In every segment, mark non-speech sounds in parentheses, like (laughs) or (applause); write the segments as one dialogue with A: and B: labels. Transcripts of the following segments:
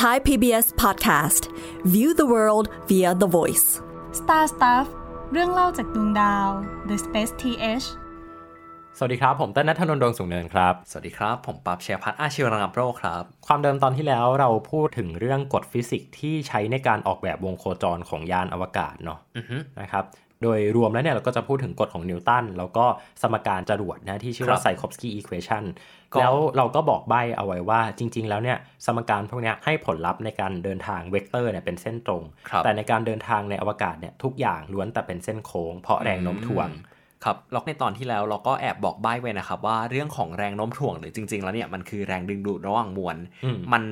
A: Thai PBS Podcast View the world via the voice
B: Star Stuff เรื่องเล่าจากดวงดาว The Space TH
C: สวัสดีครับ ผมเต้นนัทนนท์ดวงสูงเนินครับ
D: สวัสดีครับ ผมปรับเชียร์พัฒน์อาชีวรังับโรคครับ
C: ความเดิมตอนที่แล้วเราพูดถึงเรื่องกฎฟิสิกส์ที่ใช้ในการออกแบบวงโคจรของยานอวกาศเนาะ
D: อือฮึ
C: นะครับโดยรวมแล้วเนี่ยเราก็จะพูดถึงกฎของนิวตันแล้วก็สมการจรวดนะที่ชื่อว่า
D: ครับ
C: ไซคอฟสกี้อีควอชัน
D: ก็
C: แล้วเราก็บอกใบ้เอาไว้ว่าจริง ๆ แล้วเนี่ยสมการพวกเนี้ยให้ผลลัพธ์ในการเดินทางเวกเตอร์เนี่ยเป็นเส้นตรง
D: ครับ
C: แต่ในการเดินทางในอวกาศเนี่ยทุกอย่างล้วนแต่เป็นเส้นโค้งเพราะแรงโน้มถ่วง
D: อืครับล็อกในตอนที่แล้วเราก็แอบบอกใบ้ไว้นะครับ ว่าเรื่องของแรงโน้มถ่วงหรือจริง ๆ แล้วเนี่ยมันคือแรงดึงดูดระหว่างมวล
C: อืม
D: มัน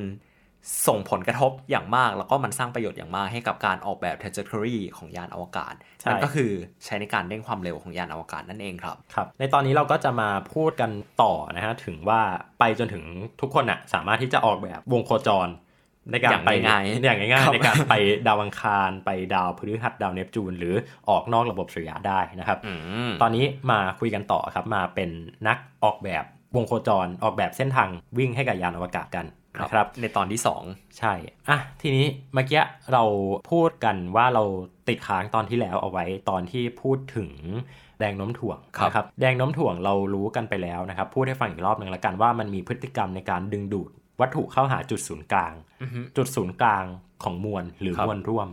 D: ส่งผลกระทบอย่างมาก แล้วก็มันสร้างประโยชน์อย่างมากให้กับการออกแบบ trajectory ของยานอวกาศนั่นก็คือใช้ในการเร่งความเร็วของยานอวกาศนั่นเองครับ
C: ครับในตอนนี้เราก็จะมาพูดกันต่อนะฮะถึงว่าไปจนถึงทุกคนอะสามารถที่จะออกแบบวงโคจร ในการ
D: อย่าง
C: ไป
D: ง่ายๆ
C: อย่างง่าย
D: ค
C: ๆ
D: รับ
C: ในการ (laughs) ไปดาวอังคารไปดาวพฤหัสดาวเนปจูน หรือออกนอกระบบสุริยะได้นะครับ
D: อืม
C: ตอนนี้มาคุยกันต่อครับมาเป็นนักออกแบบวงโคจรออกแบบเส้นทางวิ่งให้กับยานอวกาศกันนะครับ
D: ในตอนที่สอง
C: ใช่ อ่ะ ทีนี้เมื่อกี้เราพูดกันว่าเราติดค้างตอนที่แล้วเอาไว้ตอนที่พูดถึงแรงโน้มถ่วงนะครับ แรงโน้มถ่วงเรารู้กันไปแล้วนะครับ พูดให้ฟังอีกรอบหนึ่งละกันว่ามันมีพฤติกรรมในการดึงดูด วัตถุเข้าหาจุดศูนย์กลาง
D: อือฮึ
C: จุดศูนย์กลางของมวลหรือ
D: ครับ
C: มวลร่วม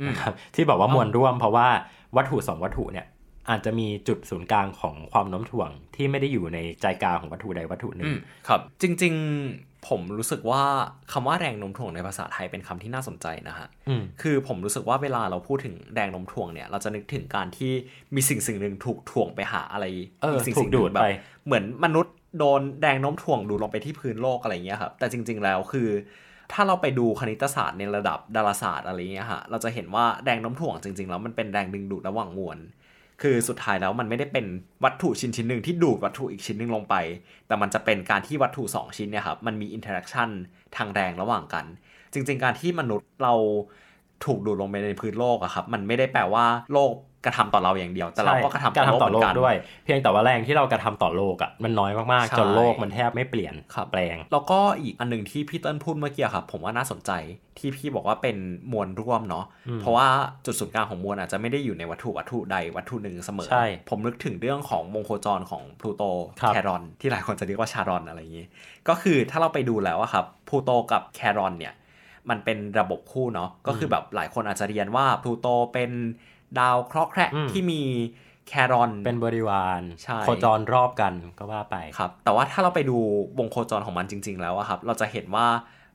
D: อืม
C: นะครับที่บอกว่ามวลร่วมเพราะว่าวัตถุสองวัตถุเนี่ยอาจจะมีจุดศูนย์กลางของความโน้มถ่วง ที่ไม่ได้อยู่ในใจกลางของวัตถุใดวัตถุหนึ่
D: อื
C: ง
D: มครับจริงๆผมรู้สึกว่าคำว่าแรงโน้มถ่วงในภาษาไทยเป็นคำที่น่าสนใจนะฮะ
C: อืม
D: คือผมรู้สึกว่าเวลาเราพูดถึงแรงโน้มถ่วงเนี่ยเราจะนึกถึงการที่มีสิ่งสิ่งหนึ่งถูกถ่วงไปหาอะไร
C: เออ
D: สิ่ง
C: ถู
D: สิ่
C: ก
D: ง
C: ดูด
D: หนึ่งแบ
C: ไป
D: บเหมือนมนุษย์โดนแรงโน้มถ่วงดูดลงไปที่พื้นโลกอะไรอย่างเงี้ยครับแต่จริง ๆแล้วคือ ถ้าเราไปดูคณิตศาสตร์ในระดับดาราศาสตร์อะไรอย่างเงี้ยฮะเราจะเห็นว่าแรงโน้มถ่วงจริง ๆ แล้วมันเป็นแรงดึงดูดระหว่างมวล คือสุดท้ายแล้วมันไม่ได้เป็นวัตถุชิ้นชิ้นหนึ่งที่ดูดวัตถุอีกชิ้นหนึ่งลงไป แต่มันจะเป็นการที่วัตถุ 2 ชิ้นเนี่ยครับมันมีอินเทอร์แอคชั่นทางแรงระหว่างกัน จริง ๆ การที่มนุษย์เราถูกดูดลงไปในพื้นโลกอะครับมันไม่ได้แปลว่าโลกกระทำต่อเราอย่างเดียว แต่เราก็กระทำ
C: กระทำต่อ
D: เห
C: โล
D: มื
C: ก
D: นน
C: ด้วย เพียงแต่ว่าแรงที่เรากระทำต่อโลกอ่ะมันน้อยมาก
D: ใช่
C: ๆ จนโลกมันแทบไม่เปลี่ยนแปลง
D: แล้วก็อีกอันหนึ่งที่พี่เติ้ลพูดเมื่อกี้ครับ ผมว่าน่าสนใจที่พี่บอกว่าเป็นมวลร่วมเนาะเพราะว่าจุดศูนย์กลางของมวลอาจจะไม่ได้อยู่ในวัตถุวัตถุใดวัตถุหนึ่งเสมอ
C: ใช่
D: ผมนึกถึงเรื่องของวงโคจรของพลูโต
C: ครับ
D: แครอนที่หลายคนจะเรียกว่าชารอนอะไรอย่างนี้ ก็คือถ้าเราไปดูแล้วอะครับพลูโตกับแครอนเนี่ย มันเป็นระบบคู่เนาะก็คือแบบหลายคนอาจจะเรียนว่าพลูโตเป็นดาวเคราะห์แคระ
C: อืม
D: ที่มีแครอน
C: เป็นบริวาร
D: ใช่
C: โคจรรอบกันก็ว่าไป
D: ครับแต่ว่าถ้าเราไปดูวงโคจรของมันจริง ๆ แล้วอะครับ เราจะเห็นว่า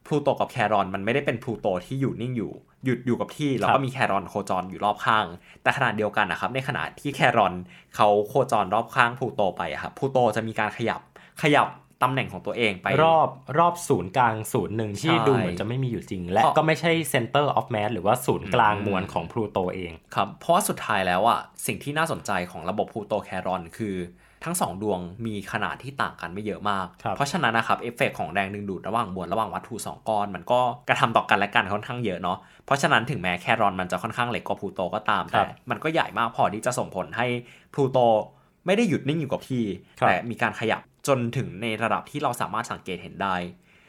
D: พลูโตกับแครอนมันไม่ได้เป็นพลูโตที่อยู่นิ่งอยู่ หยุดอยู่กับที่ แล้ว
C: ครั
D: ก็
C: บ
D: มีแครอนโคจรอยู่รอบข้าง แต่ขนาดเดียวกันนะครับ ในขณะที่แครอนเขาโคจรรอบข้างพลูโตไปอะครับพลูโตจะมีการขยับขยับตำแหน่งของตัวเองไป
C: รอบรอบศูนย์กลางศูนย์หนึ่งที่
D: ใช่
C: ดูเหมือนจะไม่มีอยู่จริง และ
D: เพราะ
C: ก็ไม่ใช่ center of mass หรือว่าศูนย์กลาง
D: อืม
C: มวลของพลูโตเอง
D: ครับเพราะว่าสุดท้ายแล้วอะสิ่งที่น่าสนใจของระบบพลูโตแครอนคือทั้งสองดวงมีขนาดที่ต่างกันไม่เยอะมาก
C: ครับ
D: เพราะฉะนั้นนะครับเอฟเฟกต์ของแรงดึงดูดระหว่างมวลระหว่างวัตถุสองก้อน มันก็กระทำต่อกันและกันค่อนข้างเยอะเนาะเพราะฉะนั้นถึงแม้แครอนมันจะค่อนข้างเล็กกว่าพลูโตก็ตาม
C: ครั
D: แต่
C: บ
D: มันก็ใหญ่มากพอที่จะส่งผลให้พลูโตไม่ได้หยุดนิ่งอยู่กับที่
C: ครับ
D: แต่มีการขยับจนถึงในระดับที่เราสามารถสังเกตเห็นได้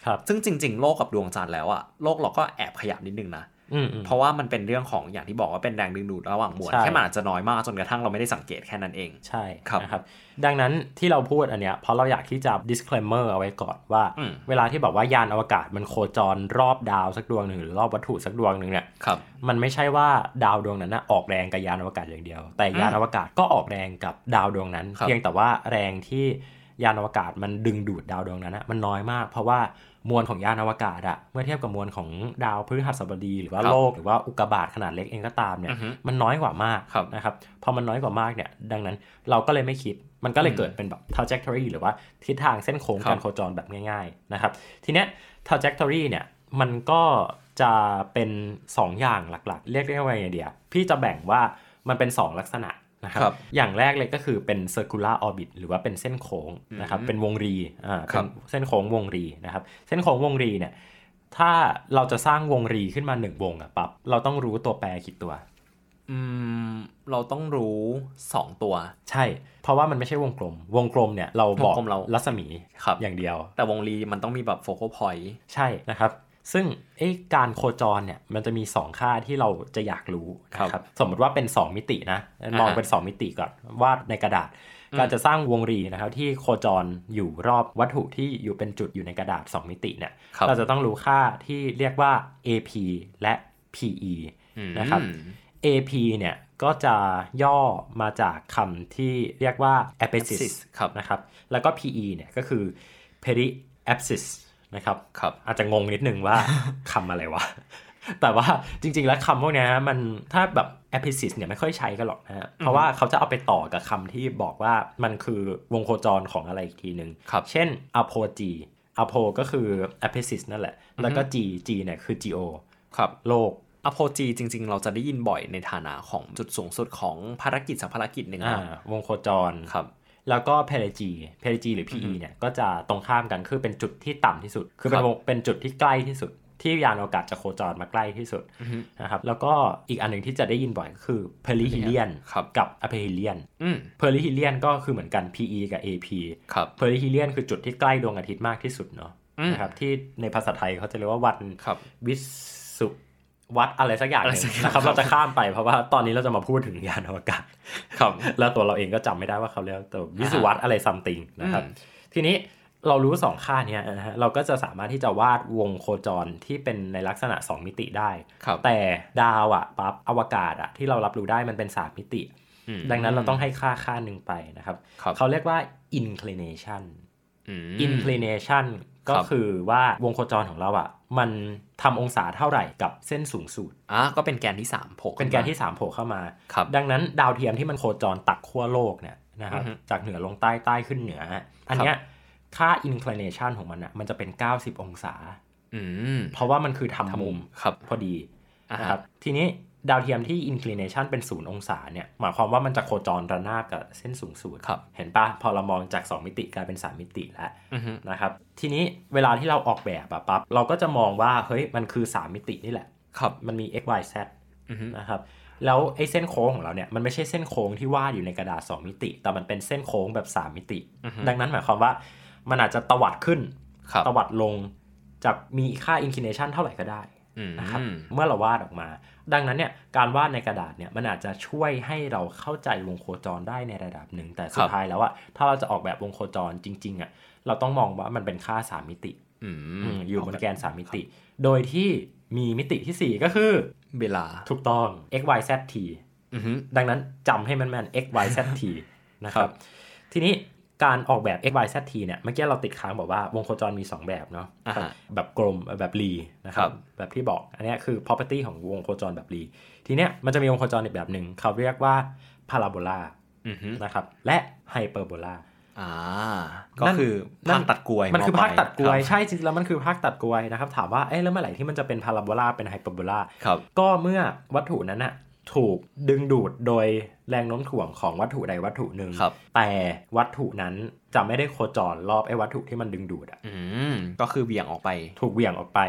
C: ครับ
D: ซึ่งจริง ๆ โลกกับดวงจันทร์แล้วอะโลกเราก็แอบขยับนิดนึงนะ
C: อืมอืม
D: เพราะว่ามันเป็นเรื่องของอย่างที่บอกว่าเป็นแรงดึงดูดระหว่างมวล
C: ใช่
D: แค่มันอาจจะน้อยมากจนกระทั่งเราไม่ได้สังเกตแค่นั้นเอง
C: ใช่
D: ครับ
C: นะครับ ดังนั้นที่เราพูดอันเนี้ยเพราะเราอยากที่จะ disclaimer เอาไว้ก่อนว่า
D: อืม
C: เวลาที่บอกว่ายานอวกาศมันโคจรรอบดาวสักดวงหนึ่งหรือรอบวัตถุสักดวงหนึ่งเนี่ย
D: ครับ
C: มันไม่ใช่ว่าดาวดวงนั้นนะออกแรงกับยานอวกาศอย่างเดียว แต่ยานอวกาศก็ออกแรงกับดาวดวงนั้น เพียงแต่ว่าแรงที่ยานอวกาศมันดึงดูดดาวดวงนั้นนะมันน้อยมาก เพราะว่ามวลของยานอวกาศอะเมื่อเทียบกับมวลของดาวพฤหัสบดี หรือว่าโลกหรือว่าอุกกาบาตขนาดเล็กเองก็ตามเนี่ย
D: อือฮึ
C: มันน้อยกว่ามาก
D: ครับ
C: นะครับ พอมันน้อยกว่ามากเนี่ย ดังนั้นเราก็เลยไม่คิด มันก็เลยเกิดเป็นแบบ trajectory หรือว่าทิศทางเส้นโค้ง
D: ครับ
C: การโคจรแบบง่ายๆนะครับ ทีเนี้ย trajectory เนี่ย มันก็จะเป็น 2 อย่างหลักๆ เรียกได้ว่าไงเดียพี่จะแบ่งว่ามันเป็น 2 ลักษณะนะครับ
D: ครับ
C: อย่างแรกเลยก็คือเป็น circular orbit หรือว่าเป็นเส้นโค้งนะครับ
D: อืม
C: เป็นวงรี อ่า
D: ครับ
C: เป็นเส้นโค้งวงรีนะครับ เส้นโค้งวงรีเนี่ย ถ้าเราจะสร้างวงรีขึ้นมาหนึ่งวงอะปั๊บ เราต้องรู้ตัวแปรกี่ตัว
D: อืมเราต้องรู้ 2 ตัว
C: ใช่ เพราะว่ามันไม่ใช่วงกลม วงกลมเนี่ยเราบอก
D: วงกลมเรารั
C: รัศมี
D: ครับ
C: อย่างเดียว
D: แต่วงรีมันต้องมีแบบโฟกัสพอยต์
C: ใช่นะครับ ซึ่งไอ้การโคจรเนี่ยมันจะมี 2 ค่าที่เราจะอยากรู้นะครับ สมมติว่าเป็น 2 มิตินะมอง
D: อ่าฮะ
C: เป็น 2 มิติก่อนวาดในกระดาษ การจะสร้างวงรีนะครับที่โคจรอยู่รอบวัตถุที่อยู่เป็นจุดอยู่ในกระดาษ 2 มิติเนี่ย
D: ครับ
C: เราจะต้องรู้ค่าที่เรียกว่า AP และ PE นะครับ
D: อืม
C: AP เนี่ยก็จะย่อมาจากคำที่เรียกว่า apesis
D: Axis ครับ
C: นะครับ แล้วก็ PE เนี่ยก็คือ periapsis นะครับ
D: ครับ
C: อาจจะงงนิดนึงว่า
D: (laughs)
C: คำอะไรวะ แต่ว่าจริงๆแล้วคำพวกเนี้ยมันถ้าแบบ apesis เนี่ยไม่ค่อยใช้กันหรอกนะฮะ เพราะว่าเขาจะเอาไปต่อกับคำที่บอกว่ามันคือวงโคจรของอะไรอีกทีหนึ่ง
D: ครับ
C: เช่น apogee apo ก็คือ apesis นั่นแหละ แล้วก็ g g เนี่ยคือ geo
D: ครับ
C: โลก
D: อโพจีจริง ๆ เราจะได้ยินบ่อยในฐานะของจุดสูงสุดของภารกิจสักภารกิจหนึ่ง
C: อ่า
D: นะ
C: วงโคจร
D: ครับ
C: แล้วก็ p e r i g e p e r i g e หรือ PE เนี่ยก็จะตรงข้ามกันคือเป็นจุดที่ต่ำที่สุด คือเป็น
D: ครับ
C: วงเป็นจุดที่ใกล้ที่สุด ที่ยานอวกาศจะโคจรมาใกล้ที่สุด
D: อือฮึ
C: นะครับแล้วก็อีกอันหนึ่งที่จะได้ยินบ่อยก็คือ perihelion
D: ครับ
C: กับ aphelion
D: อืม
C: perihelion ก็คือเหมือนกัน PE กับ AP
D: ครับ
C: perihelion คือจุดที่ใกล้ดวงอาทิตย์มากที่สุดเนาะ
D: อืม
C: นะครับที่ในภาษาไทยเขาจะเรียกว่าวัน
D: ครับ
C: วิสุวัดอะไรสักอย่างห
D: อะไร
C: นึ่ง
D: สักอย่าง
C: นะครับ
D: ครับ
C: เราจะข้ามไปเพราะว่าตอนนี้เราจะมาพูดถึงยานอวกาศ
D: ครับ
C: แล้วตัวเราเองก็จำไม่ได้ว่าเขาเรียกตัววิศวัตอะไรซัมติงนะครับ
D: อืม
C: ทีนี้เรารู้ 2 ค่าเนี้ยนะฮะเราก็จะสามารถที่จะวาดวงโคจรที่เป็นในลักษณะ 2 มิติได้
D: ครับ
C: แต่ดาวอะปั๊บอวกาศอะที่เรารับรู้ได้มันเป็น 3 มิติ
D: อืม
C: ดังนั้นเราต้องให้ค่าค่าหนึ่งไปนะครับ
D: ครับ
C: เขาเรียกว่า inclination
D: อืม
C: inclination
D: ครั
C: ก็
D: บ
C: คือว่าวงโคจรของเราอะมันทำองศาเท่าไหร่กับเส้นสูงสุด
D: อ่ะก็เป็นแกนที่สามโผล่
C: เป็นแกนที่
D: ขึ้ม
C: 3 โผล่เข้ามา
D: ครับ
C: ดังนั้นดาวเทียมที่มันโคจรตัดขั้วโลกเนี่ยนะครับ
D: อือฮึ
C: จากเหนือลงใต้ใต้ขึ้นเหนือ อันเนี้ยค่า inclination ของมันอ่ะมันจะเป็น 90 องศา
D: าอืม
C: เพราะว่ามันคือทำมุม
D: ครับ
C: พอดี
D: อ่าฮะ
C: นะครับ ทีนี้ดาวเทียมที่ inclination เป็น 0 องศาเนี่ย หมายความว่ามันจะโคจรระนาบกับเส้นสูงสุด
D: ครับ
C: เห็นปะพอเรามองจาก 2 มิติกลายเป็น 3 มิติแล้ว
D: อือฮึ
C: นะครับ ทีนี้เวลาที่เราออกแบบอะปั๊บเราก็จะมองว่าเฮ้ยมันคือ 3 มิตินี่แหละ
D: ครับ
C: มันมี x y z
D: อือฮึ
C: นะครับแล้วไอ้เส้นโค้งของเราเนี่ยมันไม่ใช่เส้นโค้งที่วาดอยู่ในกระดาษ 2 มิติ แต่มันเป็นเส้นโค้งแบบ 3 มิติ ดังนั้นหมายความว่ามันอาจจะตวัดขึ้น
D: ครับ
C: ตวัดลงจากมีค่า inclination เท่าไหร่ก็ได้
D: อืม
C: นะครับเมื่อเราวาดออกมา ดังนั้นเนี่ยการวาดในกระดาษเนี่ยมันอาจจะช่วยให้เราเข้าใจวงโคจรได้ในระดับหนึ่ง แต่สุ
D: ครั
C: ด
D: บ
C: ท้ายแล้วอะถ้าเราจะออกแบบวงโคจรจริงๆอะเราต้องมองว่ามันเป็นค่า 3 มิติ
D: อื
C: อื
D: ม
C: มอยู่บนแกน 3 มิติ โดยที่มีมิติทีสี่ 4 ก็คือ
D: เวลา
C: ถูกต้อง x y z t
D: อือฮึ
C: ดังนั้นจำให้มันแม่น x y
D: (laughs)
C: z t นะครั
D: ครับ บ
C: ทีนี้การออกแบบ x y z t เนี่ย เมื่อกี้เราติดค้างบอกว่าวงโคจรมี 2 แบบเนาะ
D: อ่าฮะ
C: แบบกลมแบบรีนะค
D: ครั
C: รับ
D: บ
C: แบบที่บอก อันเนี้ยคือ property ของวงโคจรแบบรีทีเนี้ยมันจะมีวงโคจรอีกแบบหนึ่ง เขาเรียกว่า parabola
D: อือฮึ
C: นะครับ และ hyperbola
D: อ่า ก็
C: นั่น
D: คือ
C: นั่
D: ภาน คตัดกลวย
C: มันคือ
D: ไป
C: ภาคตัดกลวย
D: ครับ
C: ใช่จริงๆแล้วมันคือภาคตัดกลวยนะครับ ถามว่า เอ๊ะแล้วเมื่อไหร่ที่มันจะเป็น parabola เป็น hyperbola
D: ครับ
C: ก็เมื่อวัตถุนั้นน่ะถูกดึงดูดโดยแรงโน้มถ่วงของวัตถุใดวัตถุหนึ่ง
D: ครับ
C: แต่วัตถุนั้นจะไม่ได้โคจรรอบไอ้วัตถุที่มันดึงดูดอะ
D: อืมก็คือเบี่ยงออกไป
C: ถูกเหวี่ยงออกไป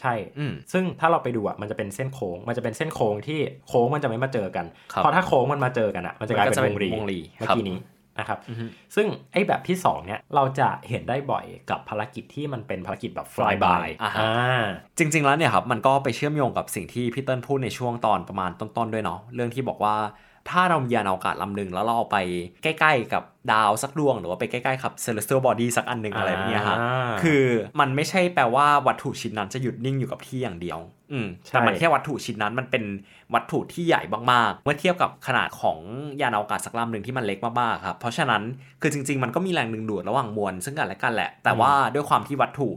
C: ใช่
D: อืม
C: ซึ่งถ้าเราไปดูอ่ะมันจะเป็นเส้นโค้ง มันจะเป็นเส้นโค้งที่โค้งมันจะไม่มาเจอกัน
D: ครับ
C: เพราะถ้าโค้งมันมาเจอกันอ่ะมันจะกลายเป็นวงรี
D: มันก็จะเป็นวงรี
C: เมื่อ
D: ครับ
C: กี้นี้นะครับ
D: อือฮึ
C: ซึ่งไอ้แบบที่สองเนี่ยเราจะเห็นได้บ่อยกับภารกิจที่มันเป็นภารกิจแบบ fly by
D: อ่าฮะ
C: อ่า
D: จริง ๆ แล้วเนี่ยครับมันก็ไปเชื่อมโยงกับสิ่งที่พี่เติ้ลพูดในช่วงตอนประมาณต้น ๆ ด้วยเนาะเรื่องที่บอกว่าถ้าเรามียานอวกาศลำหนึ่งแล้วเราเอาไปใกล้ๆ กับดาวสักดวง หรือว่าไปใกล้ๆกับ celestial body สักอันหนึ่งอะไรแบบเนี้ยฮะ
C: อ่า
D: คือมันไม่ใช่แปลว่าวัตถุชิ้นนั้นจะหยุดนิ่งอยู่กับที่อย่างเดียว อืม
C: ใช่
D: แต่มันแค่วัตถุชิ้นนั้นมันเป็นวัตถุที่ใหญ่มากๆเมื่อเทียบกับขนาดของยานอวกาศสักลำหนึ่งที่มันเล็กมากๆครับเพราะฉะนั้นคือจริง ๆ มันก็มีแรงดึงดูดระหว่างมวลซึ่งกันและกันแหละ แต่ว่าด้วยความที่วัตถุ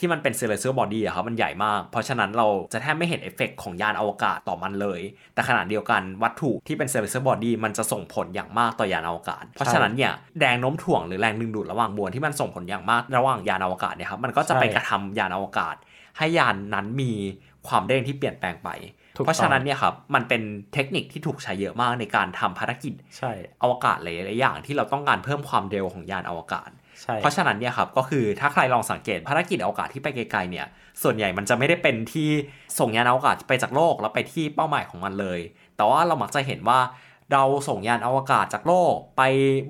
D: ที่มันเป็นเซเลเซอร์บอดี้อะครับมันใหญ่มาก เพราะฉะนั้นเราจะแทบไม่เห็นเอฟเฟกต์ของยานอวกาศต่อมันเลย แต่ขณะเดียวกันวัตถุที่เป็นเซเลเซอร์บอดี้มันจะส่งผลอย่างมากต่อยานอวกาศ เพราะฉะนั้นเนี่ยแรงโน้มถ่วงหรือแรงดึงดูดระหว่างมวลที่มันส่งผลอย่างมากระหว่างยานอวกาศเนี่ยครับมันก็จะไป
C: ใช่
D: กระทำยานอวกาศ ให้ยานนั้นมีความเร่งที่เปลี่ยนแปลงไป
C: ถูกต้อง
D: เพราะฉะนั้นเนี่ยครับมันเป็นเทคนิคที่ถูกใช้เยอะมากในการทำภารกิจ
C: ใช่
D: อวกาศหลายๆอย่างที่เราต้องการเพิ่มความเร็วของยานอวกาศ
C: ใช่
D: เพราะฉะนั้นเนี่ยครับก็คือถ้าใครลองสังเกตภารกิจอวกาศที่ไปไกลๆเนี่ยส่วนใหญ่มันจะไม่ได้เป็นที่ส่งยานอวกาศไปจากโลกแล้วไปที่เป้าหมายของมันเลย แต่ว่าเรามักจะเห็นว่า ดาวส่งยานอวกาศจากโลกไป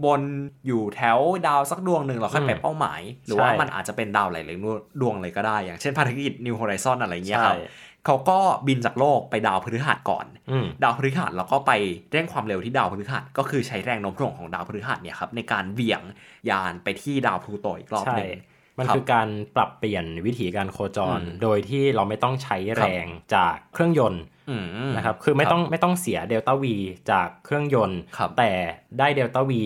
D: บนอยู่แถวดาวสักดวงหนึ่งเราค่อยไป
C: อืม
D: เป้าหมาย หรือว่า
C: ใช่
D: มันอาจจะเป็นดาวหลายๆดวงเลยก็ได้ อย่างเช่นภารกิจ New Horizon อะไรเงี้ย
C: ใช่
D: ครับเขาก็บินจากโลกไปดาวพฤหัสก่อน
C: อืม
D: ดาวพฤหัสแล้วก็ไปเร่งความเร็วที่ดาวพฤหัสก็คือใช้แรงโน้มถ่วงของดาวพฤหัสเนี่ยครับในการเบี่ยงยานไปที่ดาวพลูโตอีกรอบหนึ่ง
C: ใช่ มัน
D: ครับ
C: คือการปรับเปลี่ยนวิธีการโคจร
D: อืม
C: โดยที่เราไม่ต้องใช้แรงจากเครื่องยนต์
D: อืม
C: นะครับ คือไม่ต้องไม่ต้องเสียเดลต้าวีจากเครื่องยนต์
D: ครับ
C: แต่ได้เดลต้าวี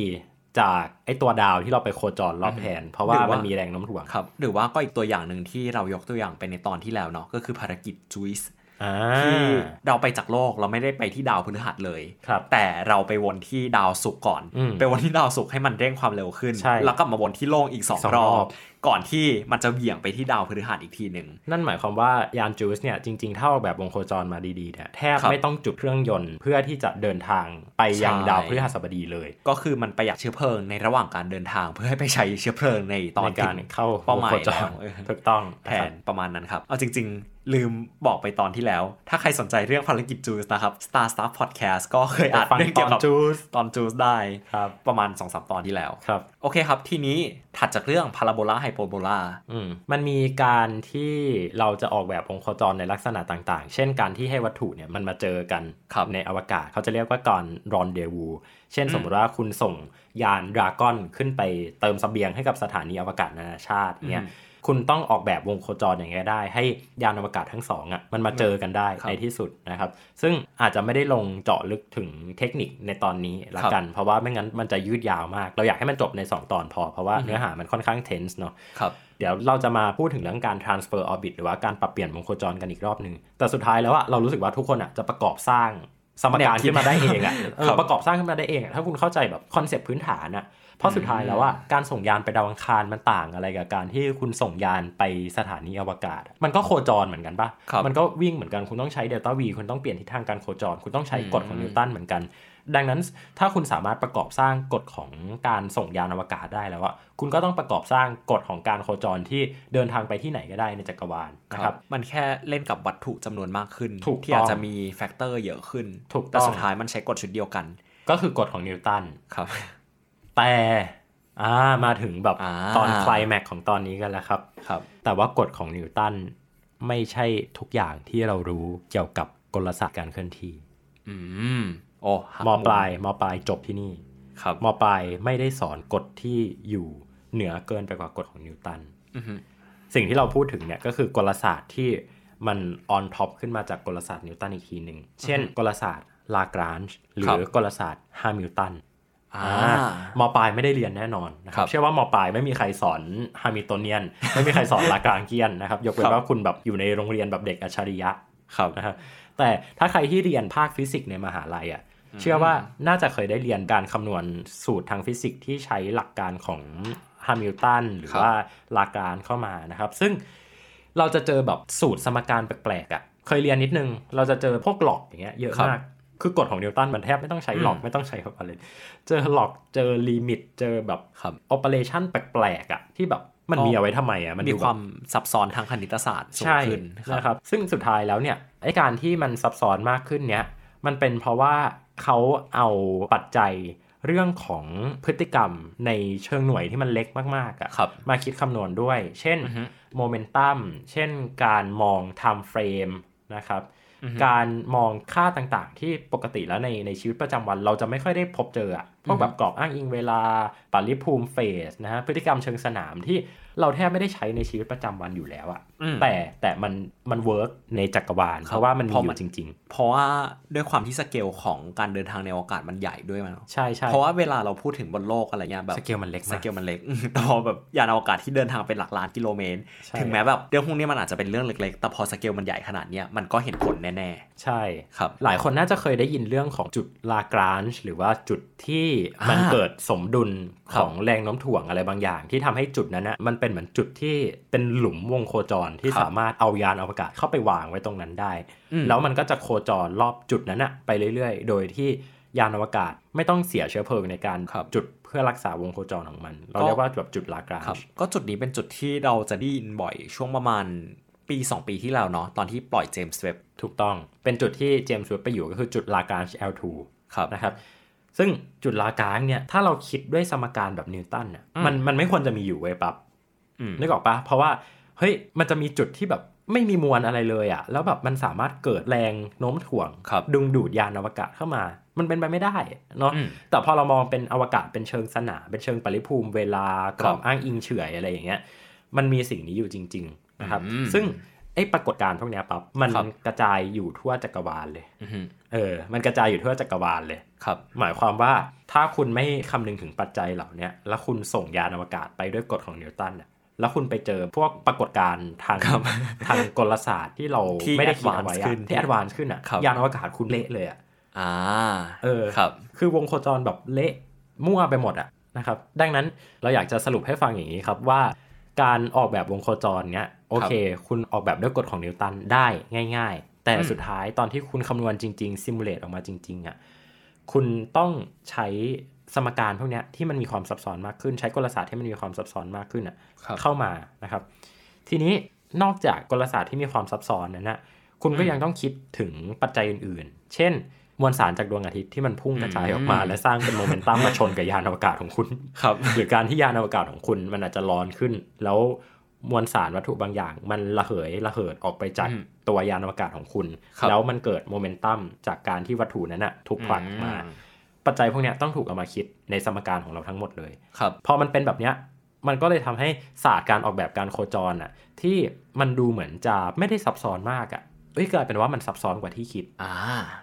C: จากไอตัวดาวที่เราไปโคจรรอบ
D: อืม
C: แทน เพราะว่า
D: หรือว่ามั
C: มันมีแรงโน้มถ่วง
D: ครับหรือว่าก็อีกตัวอย่างหนึ่งที่เรายกตัวอย่างไปในตอนที่แล้วเนาะก็คือภารกิจจูอิส
C: อ่า
D: ที่เราไปจากโลกเราไม่ได้ไปที่ดาวพฤหัสเลย
C: ครับ
D: แต่เราไปวนที่ดาวศุกร์ก่อน
C: อืม
D: ไปวนที่ดาวศุกร์ให้มันเร่งความเร็วขึ้น
C: ใช่
D: แล้วกลับมาวนที่โลกอีกสอง
C: อีกสอง
D: ร
C: ร
D: อ
C: อบ
D: บ ก่อนที่มันจะเบี่ยงไปที่ดาวพฤหัสอีกทีหนึ่ง
C: นั่นหมายความว่ายานจูสเนี่ยจริงๆ ถ้าเอาแบบวงโคจรมาดีๆเนี่ยแทบ
D: ครับ
C: ไม่ต้องจุดเครื่องยนต์เพื่อที่จะเดินทางไปยัง
D: ใช่
C: ดาวพฤหัสบดีเลย
D: ก็คือมันประหยัดเชื้อเพลิงในระหว่างการเดินทาง เพื่อให้ไปใช้เชื้อเพลิงในตอน
C: ในการ
D: ถึง
C: เข้า
D: เป้าหมา
C: ง
D: ยว
C: โคจ
D: แล้
C: ร
D: วเออ
C: ถูกต้อง
D: แผ
C: นะครับ
D: นประมาณนั้นครับ เอาจริง ๆ ลืมบอกไปตอนที่แล้ว ถ้าใครสนใจเรื่องภารกิจจูสนะครับ Star Stuff Podcast ก็เคยอัด
C: ไปฟัง
D: เรื่องเกี่ยวกั
C: ตอ
D: บ
C: นจูส
D: ตอนจูสได้
C: ครับ
D: ประมาณ 2-3 ตอนที่แล้ว
C: ครับ
D: โอเคครับ ทีนี้ถัดจากเรื่องพาราโบลาไฮโปโบลา
C: อืมมันมีการที่เราจะออกแบบองค์โคจรในลักษณะต่างๆ เช่นการที่ให้วัตถุเนี่ยมันมาเจอกัน
D: ครับ
C: ในอวกาศเขาจะเรียกว่าการรอนเดวู เช่น
D: อืม
C: สมมติว่าคุณส่งยานดราก้อนขึ้นไปเติมเสบียงให้กับสถานีอวกาศนานาชาติเนี่ยคุณต้องออกแบบวงโคจรอย่างไงได้ ให้ยานอวกาศทั้งสองอ่ะมันมาเจอกันได้ในที่สุดนะครับ ซึ่งอาจจะไม่ได้ลงเจาะลึกถึงเทคนิคในตอนนี้ละกัน เพราะว่าไม่งั้นมันจะยืดยาวมาก เราอยากให้มันจบในสองตอนพอเพราะว่าเนื้อหามันค่อนข้าง tense เนอะ
D: ครับ
C: เดี๋ยวเราจะมาพูดถึงเรื่องการ transfer orbit หรือว่าการปรับเปลี่ยนวงโคจรกันอีกรอบหนึ่งแต่สุดท้ายแล้วอะเรารู้สึกว่าทุกคนอะจะประกอบสร้างสมการ
D: แนวคิด
C: ขึ้นมาได้เองอะเออ
D: ครับ
C: ประกอบสร้างขึ้นมาได้เองอะถ้าคุณเข้าใจแบบคอนเซปต์พื้นฐานอะเพราะสุดท้ายแล้วอะการส่งยานไปดาวอังคารมันต่างอะไรกับการที่คุณส่งยานไปสถานีอวกาศอะมันก็โคจรเหมือนกันปะ
D: ครับ
C: มันก็วิ่งเหมือนกันคุณต้องใช้เดลต้าวีคุณต้องเปลี่ยนทิศทางการโคจร คุณต้องใช้กฎของนิวตันเหมือนกัน ดังนั้นถ้าคุณสามารถประกอบสร้างกฎของการส่งยานอวกาศได้แล้วอะคุณก็ต้องประกอบสร้างกฎของการโคจรที่เดินทางไปที่ไหนก็ได้ในจักรวาลนะค
D: ครั
C: รับ บ
D: มันแค่เล่นกับวัตถุจำนวนมากขึ้น
C: ถูกต้อง
D: ที่อาจจะมีแฟกเตอร์เยอะขึ้น
C: ถูกต้อง
D: แต่สุดท้ายมันใช้กฎชุดเดียวกัน
C: ก็คือกฎของนิวตัน
D: ครับ
C: แต่อ่ามาถึงแบบ
D: อ่า
C: ตอนไคลแม็กซ์ของตอนนี้กันแล้วครับ
D: ครับ
C: แต่ว่ากฎของนิวตันไม่ใช่ทุกอย่างที่เรารู้เกี่ยวกับกลศาสตร์การเคลื่อนที่
D: อืม โอ้หัก
C: ม
D: ม
C: ปลายมปลายจบที่นี่
D: ครับ
C: มปลายไม่ได้สอนกฎที่อยู่เหนือเกินไปกว่ากฎของนิวตัน
D: อือฮึ
C: สิ่งที่เราพูดถึงเนี่ยก็คือกลศาสตร์ที่มันออนท็อปขึ้นมาจากกลศาสตร์นิวตันอีกทีหนึ่ง เช่น กลศาสตร์ลากรานจ์หรื
D: ครั
C: อบ กลศาสตร์ฮามิลตัน
D: อ่า
C: มปลายไม่ได้เรียนแน่นอนนะค
D: ครั
C: รับ
D: บ
C: เชื่อว่ามปลายไม่มีใครสอนฮามิลโตเนียน ไม่มีใครสอนลากรานเกียนนะครับ ยกเว้
D: ครั
C: น
D: บ
C: ว่าคุณแบบอยู่ในโรงเรียนแบบเด็กอัจฉริยะ
D: ครับ
C: นะฮะแต่ถ้าใครที่เรียนภาคฟิสิกส์ในมหาลัยอ่ะเชื่อว่าน่าจะเคยได้เรียนการคำนวณสูตรทางฟิสิกส์ที่ใช้หลักการของฮามิลตันหรือ
D: ครับ
C: ว่าลากรานเข้ามานะครับ ซึ่งเราจะเจอแบบสูตรสมการแปลกๆอ่ะเคยเรียนนิดนึง เราจะเจอพวกหลอกอย่างเงี้ยเยอะ
D: ครับ
C: มาก คือกฎของนิวตันมันแทบไม่ต้องใช้หลอก
D: อืม
C: ไม่ต้องใช้อะไรเลยเจอหลอกเจอลิมิตเจอแบบ
D: ครับ
C: โอเปอเรชันแปลกๆอ่ะที่แบบมันมีเอาไว้ทำไมอ่ะน
D: มี
C: ดูแบบ
D: ความซับซ้อนทางคณิตศาสตร์สูง
C: ใช่
D: ขึ้นครับ
C: นะครับ ซึ่งสุดท้ายแล้วเนี่ยไอการที่มันซับซ้อนมากขึ้นเนี่ยมันเป็นเพราะว่าเขาเอาปัจจัยเรื่องของพฤติกรรมในเชิงหน่วยที่มันเล็กมากๆ
D: ครั
C: อะ่ะ
D: บ
C: มาคิดคำนวณด้วย เช่น
D: อือฮึ
C: โมเมนตัมเช่นการมอง time frame นะครับ
D: อือฮึ
C: การมองค่าต่างๆ ที่ปกติแล้วในในชีวิตประจำวันเราจะไม่ค่อยได้พบเจออะพวกแบบกรอบอ้างอิงเวลาปริภูมิเฟสนะฮะพฤติกรรมเชิงสนามที่เราแทบไม่ได้ใช้ในชีวิตประจำวันอยู่แล้วอะ
D: อืม
C: แต่แต่มันมันเวิร์กในจักรวาล
D: ครับ
C: เพราะว่ามันมี
D: เพราะ
C: อ
D: มัน
C: ยู่จริง
D: เพราะว่าด้วยความที่สเกลของการเดินทางในอวกาศมันใหญ่ด้วยมั้งเนอะ
C: ๆ ใช่ใช่
D: เพราะว่าเวลาเราพูดถึงบนโลกอะไรเงี้ยแบบ
C: สเกลมันเล็ก
D: ส
C: มาก
D: เกลมันเล็ก (laughs) แต่พอแบบยานอวกาศที่เดินทางเป็นหลักล้านกิโลเมตร
C: ใช่
D: ถึงแม้แบบเรื่องพวกนี้มันอาจจะเป็นเรื่องเล็กๆ แต่พอสเกลมันใหญ่ขนาดเนี้ยมันก็เห็นผลแน่
C: ใช่
D: ๆครับ
C: หลายคนน่าจะเคยได้ยินเรื่องของจุดลากรานจ์หรือว่าจุดที่มัน
D: อ่า
C: เกิดสมดุล
D: ค
C: ข
D: รับ
C: องแรงโน้มถ่วงอะไรบางอย่าง ที่ทำให้จุดนั้นนะมันเป็นเหมือนจุดที่เป็นหลุมวงโคจรที่
D: ครับ
C: สามารถเอายานอวกาศเข้าไปวางไว้ตรงนั้นได้
D: อืม
C: แล้วมันก็จะโคจรรอบจุดนั้นนะไปเรื่อยๆ โดยที่ยานอวกาศไม่ต้องเสียเชื้อเพลิงในการจุดเพื่อรักษาวงโคจรของมัน เราเรียกว่าแบบจุดลากราน
D: ครับ
C: จ์
D: ก็จุดนี้เป็นจุดที่เราจะได้ยินบ่อยช่วงประมาณปี 2 ปีที่แล้วเนาะตอนที่ปล่อยเจมส์เว็บ
C: ถูกต้อง เป็นจุดที่เจมส์เว็บไปอยู่ก็คือจุดลากรานจ์ L2
D: ครับ
C: นะครับ ซึ่งจุดลากลางเนี่ยถ้าเราคิดด้วยสมการแบบนิวตันอ่ะ
D: อืม
C: มันมันไม่ควรจะมีอยู่เว้ยปั๊บ
D: อืม
C: นึกออกปะเพราะว่าเฮ้ยมันจะมีจุดที่แบบไม่มีมวลอะไรเลยอะแล้วแบบมันสามารถเกิดแรงโน้มถ่วง
D: ครับ
C: ดึงดูดยานอวกาศเข้ามา มันเป็นไปไม่ได้เนาะ
D: อืม
C: แต่พอเรามองเป็นอวกาศเป็นเชิงสนามเป็นเชิงปริภูมิเวลากรอบ
D: ครับ
C: อ้างอิงเฉื่อยอะไรอย่างเงี้ยมันมีสิ่งนี้อยู่จริง ๆ นะครับ
D: อืม
C: ซึ่งไอ้ปรากฏการณ์พวกเนี้ยปั๊บมัน
D: ครับ
C: กระจายอยู่ทั่วจักรวาลเลย
D: อือฮึ
C: เออมันกระจายอยู่ทั่วจักรวาลเลย
D: ครับ
C: หมายความว่าถ้าคุณไม่คำนึงถึงปัจจัยเหล่าเนี้ยแล้วคุณส่งยานอวกาศไปด้วยกฎของนิวตันน่ะแล้วคุณไปเจอพวกปรากฏการณ์ทาง
D: (laughs) ครับ
C: ทางกลศาสตร์ที่เรา
D: ที่
C: ไม่ได้คิดเอาไว้
D: advance
C: อะ
D: ขึ้น
C: ที่แอดวานซ์ขึ้นอ่ะ
D: ครับ
C: ยานอวกาศคุณเละเลยอ่ะ
D: อ่า
C: เออ
D: ครับ
C: คือวงโคจรแบบเละมั่วไปหมดอะนะครับ ดังนั้นเราอยากจะสรุปให้ฟังอย่างนี้ครับว่า การออกแบบวงโคจรเนี้ยโอเค คุณออกแบบด้วยกฎของนิวตันได้ง่าย ๆ แต่
D: อืม
C: สุดท้ายตอนที่คุณคำนวณจริงๆซิมูเลตออกมาจริงๆอะคุณต้องใช้สมการพวกเนี้ยที่มันมีความซับซ้อนมากขึ้น ใช้กลศาสตร์ที่มันมีความซับซ้อนมากขึ้นอะ
D: ครับ
C: เข้ามานะครับ ทีนี้นอกจากกลศาสตร์ที่มีความซับซ้อนนั้นนะคุณก็
D: อืม
C: ยังต้องคิดถึงปัจจัยอื่นๆ เช่น มวลสารจากดวงอาทิตย์ที่มันพุ่งกระจายออกมา
D: อืม
C: และสร้างเป็นโมเมนตัมมาชนกับยานอวกาศของคุณ
D: ครับ
C: (laughs) หรือการที่ยานอวกาศของคุณมันอาจจะร้อนขึ้น แล้วมวลสารวัตถุบางอย่าง มันระเหยระเหิดออกไปจาก
D: อืม
C: ตัวยานอวกาศของคุณ
D: ครับ
C: แล้วมันเกิดโมเมนตัมจากการที่วัตถุนั้นนะถูกผลักออกมา
D: อืม
C: ปัจจัยพวกเนี้ยต้องถูกเอามาคิดในสมการของเราทั้งหมดเลย
D: ครับ
C: พอมันเป็นแบบเนี้ยมันก็เลยทำให้ศาสตร์การออกแบบการโคจรอ่ะที่มันดูเหมือนจะไม่ได้ซับซ้อนมากอ่ะเอ้ยกลายเป็นว่ามันซับซ้อนกว่าที่คิด
D: อ่า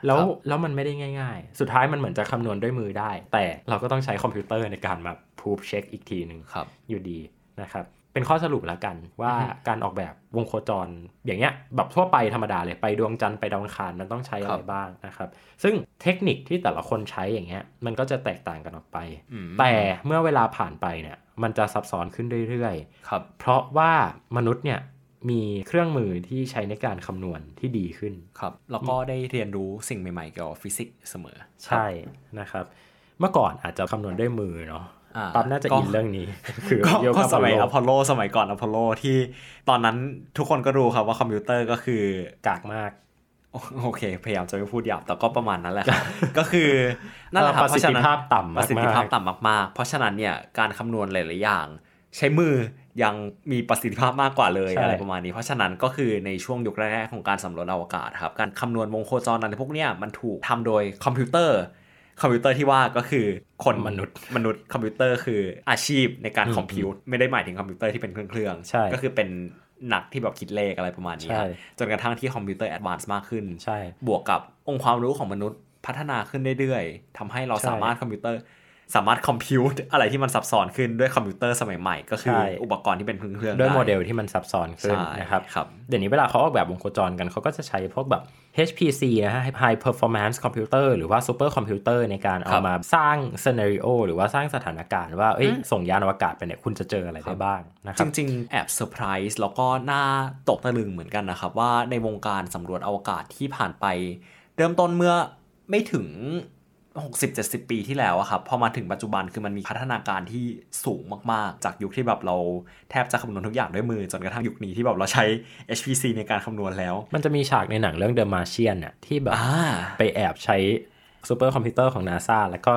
C: แล้ว
D: ครับ
C: แล้วมันไม่ได้ง่าย ๆ สุดท้ายมันเหมือนจะคำนวณด้วยมือได้ แต่เราก็ต้องใช้คอมพิวเตอร์ในการมาพูบเช็คอีกทีหนึ่ง
D: ครับ
C: อยู่ดีนะครับเป็นข้อสรุปแล้วกันว่า
D: อือฮึ
C: การออกแบบวงโคจร อย่างเงี้ยแบบทั่วไปธรรมดาเลยไปดวงจันทร์ไปดาวอังคารมันต้องใช้อะ
D: ครั
C: ไร
D: บ
C: บ้างนะครับซึ่งเทคนิคที่แต่ละคนใช้อย่างเงี้ยมันก็จะแตกต่างกันออกไป
D: อืม
C: แต่เมื่อเวลาผ่านไปเนี่ยมันจะซับซ้อนขึ้นเรื่อย
D: ครับ
C: ๆ เพราะว่ามนุษย์เนี่ยมีเครื่องมือที่ใช้ในการคำนวณที่ดีขึ้น
D: ครับ แล้วก็ได้เรียนรู้สิ่งใหม่ๆเกี่ยวกับฟิสิกส์เสมอ
C: ใช่นะครับ เมื่อก่อนอาจจะคำนวณด้วยมือเนาะ
D: อ่
C: ปั๊บน่าจะ
D: ก็
C: อินเรื่องนี้ (laughs) คือ
D: ก็
C: เกี่ยว
D: ก็
C: กับ
D: สมัยอ
C: อพ
D: พ
C: อลโล
D: อลโลสมัยก่อนอพอลโลที่ตอนนั้นทุกคนก็รู้ครับว่าคอมพิวเตอร์ก็คือ
C: กากมาก
D: โอ (laughs) โอเค พยายามจะไม่พูดหยาบแต่ก็ประมาณนั้นแหละ
C: (laughs)
D: ครับ ก็คือนั่นแหละครับ
C: ประสิทธิภาพต่ำมากๆ
D: ประสิทธิภาพต่ำมากๆ เพราะฉะนั้นเนี่ยการคำนวณหลายๆอย่าง ใช้มือยังมีประสิทธิภาพมากกว่าเลย
C: ใช่
D: อะไรประมาณนี้ เพราะฉะนั้นก็คือในช่วงยุคแรกๆของการสำรวจอวกาศครับการคำนวณวงโคจรอะไรพวกเนี้ยมันถูกทำโดยคอมพิวเตอร์ คอมพิวเตอร์ที่ว่าก็คือคน
C: มนุษย์
D: มนุษย์คอมพิวเตอร์คืออาชีพในการ
C: อืม
D: คอมพิวต์ไม่ได้หมายถึงคอมพิวเตอร์ที่เป็นเครื่องเครื่องๆ
C: ใช่
D: ก็คือเป็นหนักที่แบบคิดเลขอะไรประมาณนี้ครับ
C: ใช่
D: จนกระทั่งที่คอมพิวเตอร์แอดวานซ์มากขึ้น
C: ใช่
D: บวกกับองค์ความรู้ของมนุษย์พัฒนาขึ้นเรื่อยๆทำให้เรา
C: ใช่
D: สามารถคอมพิวเตอร์ สามารถคอมพิวต์อะไรที่มันซับซ้อนขึ้นด้วยคอมพิวเตอร์สมัยใหม่ก็คือ
C: ใช่
D: อุปกรณ์ที่เป็นพื้นเครื่อง
C: ด้วย
D: ไ
C: โมเดลที่มันซับซ้อนขึ้น
D: ใช่
C: นะครับ
D: ครับ
C: เดี๋ยวนี้เวลาเขาออกแบบวงโคจรกันเขาก็จะใช้พวกแบบ HPC นะฮะ High Performance Computer หรือว่า Super Computer ในการเอา
D: ครับ
C: มาสร้าง Scenario หรือว่าสร้างสถานการณ์ว่าเอ้ยส่งยานอวกาศไปเนี่ยคุณจะเจออะไร
D: ครั
C: ได้
D: บ
C: บ้างนะค
D: จ
C: รับ
D: ริงๆ แอบเซอร์ไพรส์แล้วก็น่าตกตะลึงเหมือนกันนะครับ ว่าในวงการสำรวจอวกาศที่ผ่านไป เริ่มต้นเมื่อไม่ถึง 60-70 ปีที่แล้วอะครับพอมาถึงปัจจุบันคือมันมีพัฒนาการที่สูงมากๆ จากยุคที่แบบเราแทบจะคำนวณทุกอย่างด้วยมือ จนกระทั่งยุคนี้ที่แบบเราใช้ HPC ในการคำนวณแล้ว
C: มันจะมีฉากในหนังเรื่อง The Martian น่ะที่แบบ
D: อ่า
C: ไปแอบใช้ซูเปอร์คอมพิวเตอร์ของ NASA แล้วก็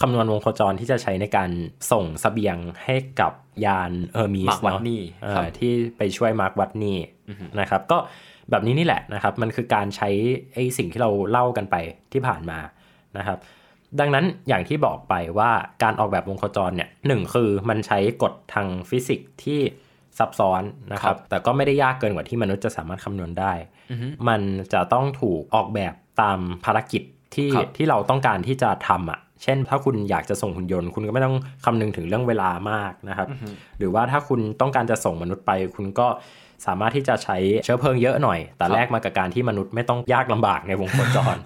C: คำนวณวงโคจรที่จะใช้ในการส่งสเสบียงให้กับยานเออร์มีส
D: Mark Watney ครับ
C: ที่ไปช่วยมาร์ควัดนี่นะครับก็แบบนี้นี่แหละนะครับ มันคือการใช้ไอ้สิ่งที่เราเล่ากันไปที่ผ่านมานะครับ ดังนั้นอย่างที่บอกไปว่าการออกแบบวงโคจรเนี่ยหนึ่งคือมันใช้กฎทางฟิสิกส์ที่ซับซ้อนนะครั
D: ครับ บ
C: แต่ก็ไม่ได้ยากเกินกว่าที่มนุษย์จะสามารถคำนวณได้ มันจะต้องถูกออกแบบตามภารกิจที่
D: ครับ
C: ที่เราต้องการที่จะทำอ่ะ เช่น ถ้าคุณอยากจะส่งหุ่นยนต์ คุณก็ไม่ต้องคำนึงถึงเรื่องเวลามากนะครับ หรือว่าถ้าคุณต้องการจะส่งมนุษย์ไป คุณก็สามารถที่จะใช้เชื้อเพลิงเยอะหน่อย แต่
D: ครับ
C: แลกมากับการที่มนุษย์ไม่ต้องยากลำบากในวงโคจร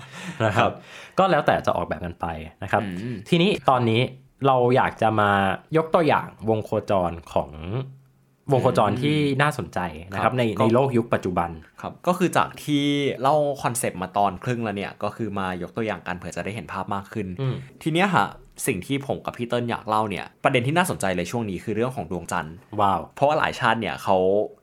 C: นะครับ ก็แล้วแต่จะออกแบบกันไปนะครับ
D: อืม
C: ทีนี้ตอนนี้เราอยากจะมายกตัวอย่างวงโคจรของวงโคจรที่น่าสนใจนะครับในในโลกยุคปัจจุบัน
D: ครับก็คือจากที่เล่าคอนเซปต์มาตอนครึ่งแล้วเนี่ย ก็คือมายกตัวอย่างกันเผื่อจะได้เห็นภาพมากขึ้น
C: อืม
D: ทีเนี้ยฮะ สิ่งที่ผมกับพี่เติ้ลอยากเล่าเนี่ยประเด็นที่น่าสนใจเลยช่วงนี้คือเรื่องของดวงจันทร์
C: ว้าว
D: เพราะว่าหลายชาติเนี่ยเขา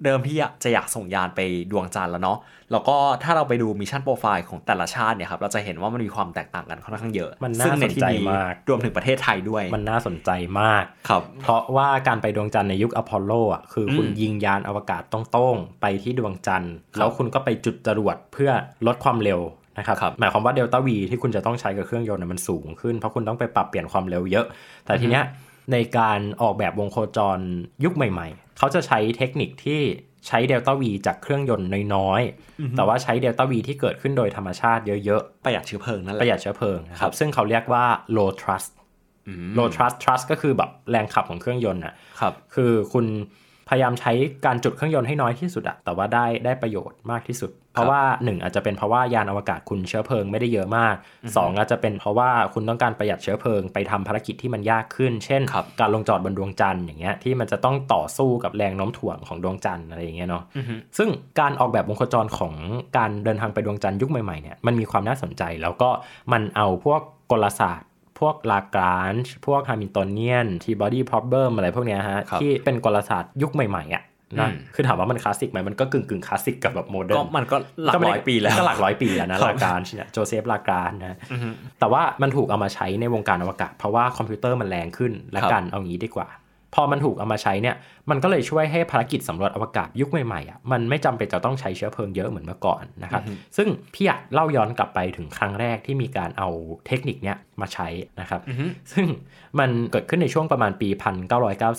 D: เดิมที่จะอยากส่งยานไปดวงจันทร์แล้วเนาะแล้วก็ถ้าเราไปดูมิชชั่นโปรไฟล์ของแต่ละชาติเนี่ยครับเราจะเห็นว่ามันมีความแตกต่างกันค่อนข้างเยอะ
C: มันน่า
D: ซึ่งใน
C: สน
D: ที่
C: ใจ
D: นี้
C: มาก
D: รวมถึงประเทศไทยด้วย
C: มันน่าสนใจมาก
D: ครับ
C: เพราะว่าการไปดวงจันทร์ในยุคอพอลโลอ่ะคืออ
D: ม
C: คุณยิงยานอวกาศต้องต้งๆไปที่ดวงจันทร์
D: ครับ
C: แล้วคุณก็ไปจุดจรวดเพื่อลดความเร็วนะครับ
D: ครับ
C: หมายความว่าเดลต้าวีที่คุณจะต้องใช้กับเครื่องยนต์น่ะมันสูงขึ้น เพราะคุณต้องไปปรับเปลี่ยนความเร็วเยอะ แต่ทีเนี้ยในการออกแบบวงโคจรยุคใหม่ ๆ เขาจะใช้เทคนิคที่ใช้เดลต้าวีจากเครื่องยนต์น้อย
D: อือ
C: ๆ
D: ฮึ
C: แต่ว่าใช้เดลต้าวีที่เกิดขึ้นโดยธรรมชาติเยอะๆ
D: ประหยัดเชื้อเพลิงนั่นแห
C: ป
D: ละ
C: ระหยัดเชื้อเพลิงนะค
D: ครั
C: รับ
D: บ
C: ซึ่งเขาเรียกว่า low trust low trust trust ก็คือแบบแรงขับของเครื่องยนต์น่ะ
D: ครับ
C: คือคุณพยายามใช้การจุดเครื่องยนต์ให้น้อยที่สุดอะแต่ว่าได้ได้ประโยชน์มากที่สุด เพราะว่าหนึ่งอาจจะเป็นเพราะว่ายานอวกาศคุณเชื้อเพลิงไม่ได้เยอะมากสองอาจจะเป็นเพราะว่าคุณต้องการประหยัดเชื้อเพลิงไปทำภารกิจที่มันยากขึ้น เช่น
D: ครับ
C: การลงจอดบนดวงจันทร์อย่างเงี้ยที่มันจะต้องต่อสู้กับแรงโน้มถ่วงของดวงจันทร์อะไรอย่างเงี้ยเนาะ
D: อือฮึ
C: ซึ่งการออกแบบวงโคจรของการเดินทางไปดวงจันทร์ยุคใหม่ๆเนี่ยมันมีความน่าสนใจ แล้วก็มันเอาพวกกลศาสตร์ พวกลากรานช์พวกฮามิลตันเนียนทีบอดี้พรอบเบิมอะไรพวกเนี้ยฮะ
D: ครับ
C: ที่เป็นกลศาสตร์ยุคใหม่ๆอ่ะนะ
D: อืม
C: คือถามว่ามันคลาสสิกไหมมันก็กึ่งกึ่งๆคลาสสิกกับแบบโมเดิ
D: ก็
C: ร์น
D: มันก็หลัก
C: ไม่
D: ร้
C: ได้
D: อยปีแล้ว
C: ก็หลักร้อยปีแล้วนะครับ ลากรานช์เนี่ยโจเซฟลากรานช์นะ
D: อือฮึ
C: แต่ว่ามันถูกเอามาใช้ในวงการอวกาศ เพราะว่าคอมพิวเตอร์มันแรงขึ้นและกันเอางี้ดีกว่า พอมันถูกเอามาใช้เนี่ยมันก็เลยช่วยให้ภารกิจสำรวจอวกาศยุคใหม่ๆอ่ะมันไม่จำเป็นจะต้องใช้เชื้อเพลิงเยอะเหมือนเมื่อก่อนนะครับ
D: อือฮึ
C: ซึ่งพี่อยากเล่าย้อนกลับไปถึงครั้งแรกที่มีการเอาเทคนิคเนี้ยมาใช้นะครับ
D: อือฮึ
C: ซึ่งมันเกิดขึ้นในช่วงประมาณปี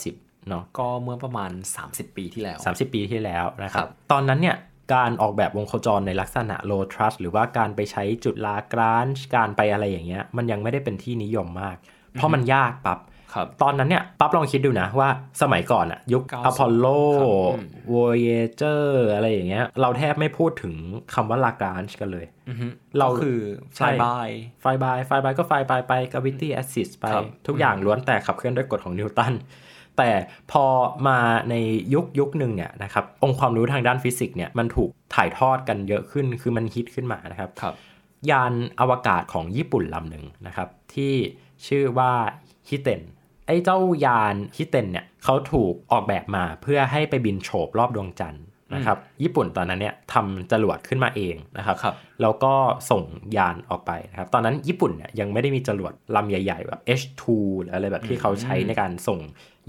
C: 1990เนาะ
D: ก็เมื่อประมาณ 30 ปีที่แล้ว
C: 30 ปีที่แล้วนะครั
D: ครับ บ
C: ตอนนั้นเนี่ยการออกแบบวงโคจรในลักษณะ low trust หรือว่าการไปใช้จุดลากรานช์การไปอะไรอย่างเงี้ยมันยังไม่ได้เป็นที่นิยมมาก เพราะมันยากปับ
D: ครับ
C: ตอนนั้นเนี่ยปั๊บลองคิดดูนะว่าสมัยก่อนอะยุค
D: 90
C: อพอลโล
D: ครับอืม
C: วอยเจอร์อะไรอย่างเงี้ยเราแทบไม่พูดถึงคำว่าลากรานช์กันเลย
D: อือฮึ
C: เรา
D: ก็คือ
C: ใช่
D: ฟลายบาย
C: ไฟบายไฟบายก็ไฟบายไปก r วิตี้แอสซิสไป
D: ครับ
C: ทุกอย่างล้วนแต่ขับเคลื่อนด้วยกฎของนิวตัน แต่พอมาในยุคยุคหนึ่งเนี่ยนะครับองค์ความรู้ทางด้านฟิสิกส์เนี่ยมันถูกถ่ายทอดกันเยอะขึ้นคือมันฮิตขึ้นมานะครับ
D: ครับ
C: ยานอวกาศของญี่ปุ่นลำหนึ่งนะครับ ที่ชื่อว่าฮิเตนไอ้เจ้ายานฮิเตนเนี่ยเขาถูกออกแบบมาเพื่อให้ไปบินโฉบรอบดวงจันทร์นะครับญี่ปุ่นตอนนั้นเนี่ยทำจรวดขึ้นมาเองนะครับ
D: ครับ
C: แล้วก็ส่งยานออกไปนะครับ ตอนนั้นญี่ปุ่นเนี่ยยังไม่ได้มีจรวดลำใหญ่ๆ แบบ H2 หรืออะไรแบบที่เขาใช้ในการส่ง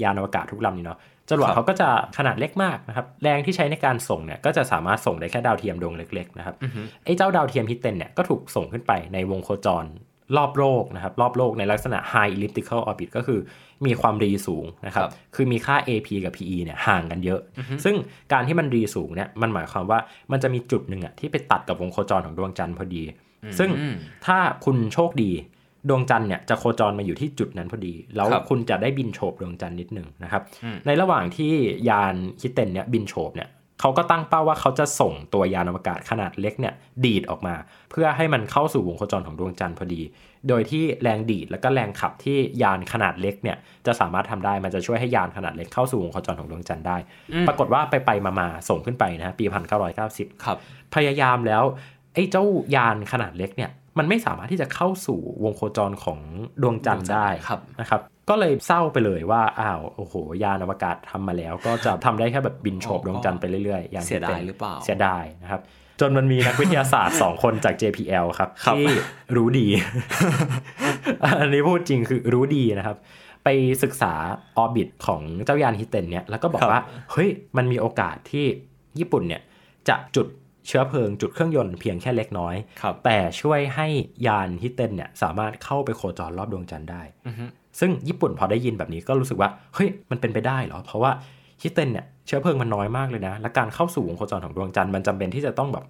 C: ยานอวกาศทุกลำนี่เนาะ จรวด
D: ครับ
C: เขาก็จะขนาดเล็กมากนะครับ แรงที่ใช้ในการส่งเนี่ยก็จะสามารถส่งได้แค่ดาวเทียมดวงเล็กๆนะครับ
D: อือฮึ
C: ไอ้เจ้าดาวเทียมฮิตเตนเนี่ยก็ถูกส่งขึ้นไปในวงโคจรรอบโลกนะครับ รอบโลกในลักษณะ high elliptical orbit ก็คือมีความรีสูงนะครับ
D: ครับ
C: คือมีค่า AP กับ PE เนี่ยห่างกันเยอะ ซึ่งการที่มันรีสูงเนี่ยมันหมายความว่ามันจะมีจุดหนึ่งอะที่ไปตัดกับวงโคจรของดวงจันทร์พอดี ซึ่ง
D: อืม
C: ถ้าคุณโชคดีดวงจันทร์เนี่ยจะโคจรมาอยู่ที่จุดนั้นพอดี แล้ว
D: ครับ
C: คุณจะได้บินโฉบดวงจันทร์นิดหนึ่งนะครับ
D: อืม
C: ในระหว่างที่ยานฮิเตนเนี่ยบินโฉบเนี่ยเขาก็ตั้งเป้าว่าเขาจะส่งตัวยานอวกาศขนาดเล็กเนี่ยดีดออกมา เพื่อให้มันเข้าสู่วงโคจรของดวงจันทร์พอดี โดยที่แรงดีดแล้วก็แรงขับที่ยานขนาดเล็กเนี่ยจะสามารถทำได้มันจะช่วยให้ยานขนาดเล็กเข้าสู่วงโคจรของดวงจันทร์ได้ ปรากฏว่าไปไปๆมาๆส่งขึ้นไปนะฮะปี 1990
D: ครับ
C: พยายามแล้ว ไอ้เจ้ายานขนาดเล็กเนี่ยมันไม่สามารถที่จะเข้าสู่วงโคจรของดวงจันทร์ได้
D: ครับ
C: นะครับ ก็เลยเศร้าไปเลยว่าอ้าวโอ้โห ยานอวกาศทำมาแล้ว ก็จะทำได้แค่แบบบินโฉบดวงจันทร์ไปเรื่อยๆอย่าง
D: เสียดาย
C: ป็น
D: หรือเปล่า
C: เสียดายนะครับ จนมันมีนักวิทยาศาสตร์ 2 คนจาก JPL ครับ
D: ครับ
C: ที่รู้ดี (laughs) อันนี้พูดจริงคือรู้ดีนะครับ ไปศึกษาออร์บิทของเจ้ายานฮิเตนเนี่ยแล้วก็บอกว่า เฮ้ย มันมีโอกาสที่ญี่ปุ่นเนี่ย จะจุดเชื้อเพลิงจุดเครื่องยนต์เพียงแค่เล็กน้อย
D: ครับ
C: แต่ช่วยให้ยานฮิเตนเนี่ยสามารถเข้าไปโคจรรอบดวงจันทร์ได้
D: อือฮึ
C: ซึ่งญี่ปุ่นพอได้ยินแบบนี้ก็รู้สึกว่า เฮ้ย มันเป็นไปได้เหรอ เพราะว่าฮิเตนเนี่ยเชื้อเพลิงมันน้อยมากเลยนะ และการเข้าสู่วงโคจรของดวงจันทร์มันจำเป็นที่จะต้องแบบ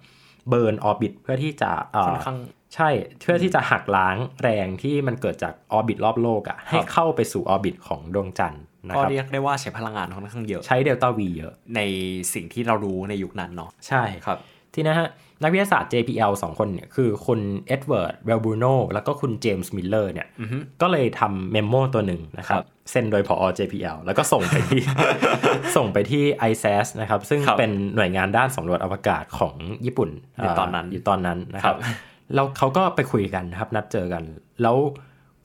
C: เบิร์นออร์บิทเพื่อที่จะเอ่อ
D: ค่อนข้าง
C: ใช่เพื่อที่จะหักล้างแรงที่มันเกิดจากออร์บิทรอบโลกอะ่ะให้เข้าไปสู่ออร์บิทของดวงจันทร์นะ
D: ก็
C: ครับ
D: เรียกได้ว่าใช้พลังงานค่อนข้างเยอะ
C: ใช้เดลต้าวีเยอะ
D: ในสิ่งที่เรารู้ในยุคนั้นเนาะ
C: ใช่
D: ครับ
C: ทีนะฮะ นักวิทยาศาสตร์ JPL 2 คนเนี่ยคือคุณเอ็ดเวิร์ดเวลบูโนแล้วก็คุณเจมส์มิลเลอร์เนี่ย
D: อือฮึ
C: ก็เลยทำเมมโมตัวหนึ่งนะครั
D: ครับ บ
C: เซ็นโดยผอ JPL แล้วก็ส่งไป
D: (laughs)
C: ที่ ส่งไปที่ ISAS นะครับ ซึ่ง
D: ครับ
C: เป็นหน่วยงานด้านสำรวจอวกาศของญี่ปุ่น
D: ในตอนนั้น
C: าอยู่ตอนนั้นนะครับ แล้วเขาก็ไปคุยกันนะครับนัดเจอกัน แล้ว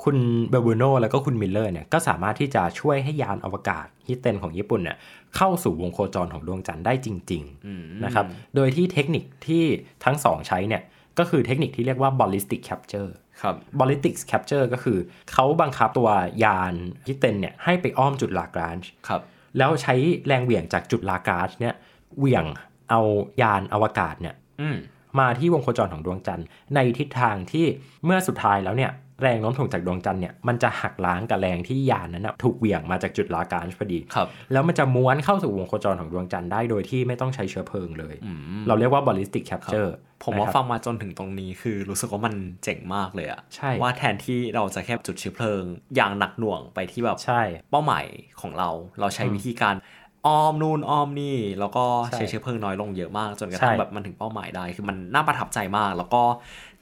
C: คุณเบลบูโนแล้วก็คุณมิลเลอร์เนี่ยก็สามารถที่จะช่วยให้ยานอวกาศฮิเตนของญี่ปุ่นเนี่ยเข้าสู่วงโคจรของดวงจันทร์ได้จริง ๆ
D: อืม
C: นะครับ โดยที่เทคนิคที่ทั้งสองใช้เนี่ยก็คือเทคนิคที่เรียกว่า ballistic capture
D: ครับ
C: ballistic capture ก็คือเขาบังคับตัวยานฮิเตนเนี่ยให้ไปอ้อมจุดลากรานจ์
D: ครับ
C: แล้วใช้แรงเหวี่ยงจากจุดลากรานจ์เนี่ยเหวี่ยงเอายานอวกาศเนี่ย
D: อืม
C: มาที่วงโคจรของดวงจันทร์ ในทิศทางที่เมื่อสุดท้ายแล้วเนี่ยแรงโน้มถ่วงจากดวงจันทร์เนี่ยมันจะหักล้างกับแรงที่ยานนั้นนะถูกเหวี่ยงมาจากจุดลากรานจ์พอดี
D: ครับ
C: แล้วมันจะม้วนเข้าสู่วงโคจรของดวงจันทร์ได้โดยที่ไม่ต้องใช้เชื้อเพลิงเลย
D: อืม
C: เราเรียกว่า ballistic capture
D: ผมว่า
C: นะครับ
D: ฟังมาจนถึงตรงนี้คือรู้สึกว่ามันเจ๋งมากเลยอะ
C: ใช่
D: ว่าแทนที่เราจะแค่จุดเชื้อเพลิง อย่างหนักหน่วงไปที่แบบ
C: ใช่
D: เป้าหมายของเรา เราใช้วิธีการอ้อมนู่นอ้อมนี่ แล้วก็ใช้
C: ใช่
D: เชื้อเพลิงน้อยลงเยอะมาก จนกระทั่ง
C: ใช่
D: แบบมันถึงเป้าหมายได้ คือมันน่าประทับใจมาก แล้วก็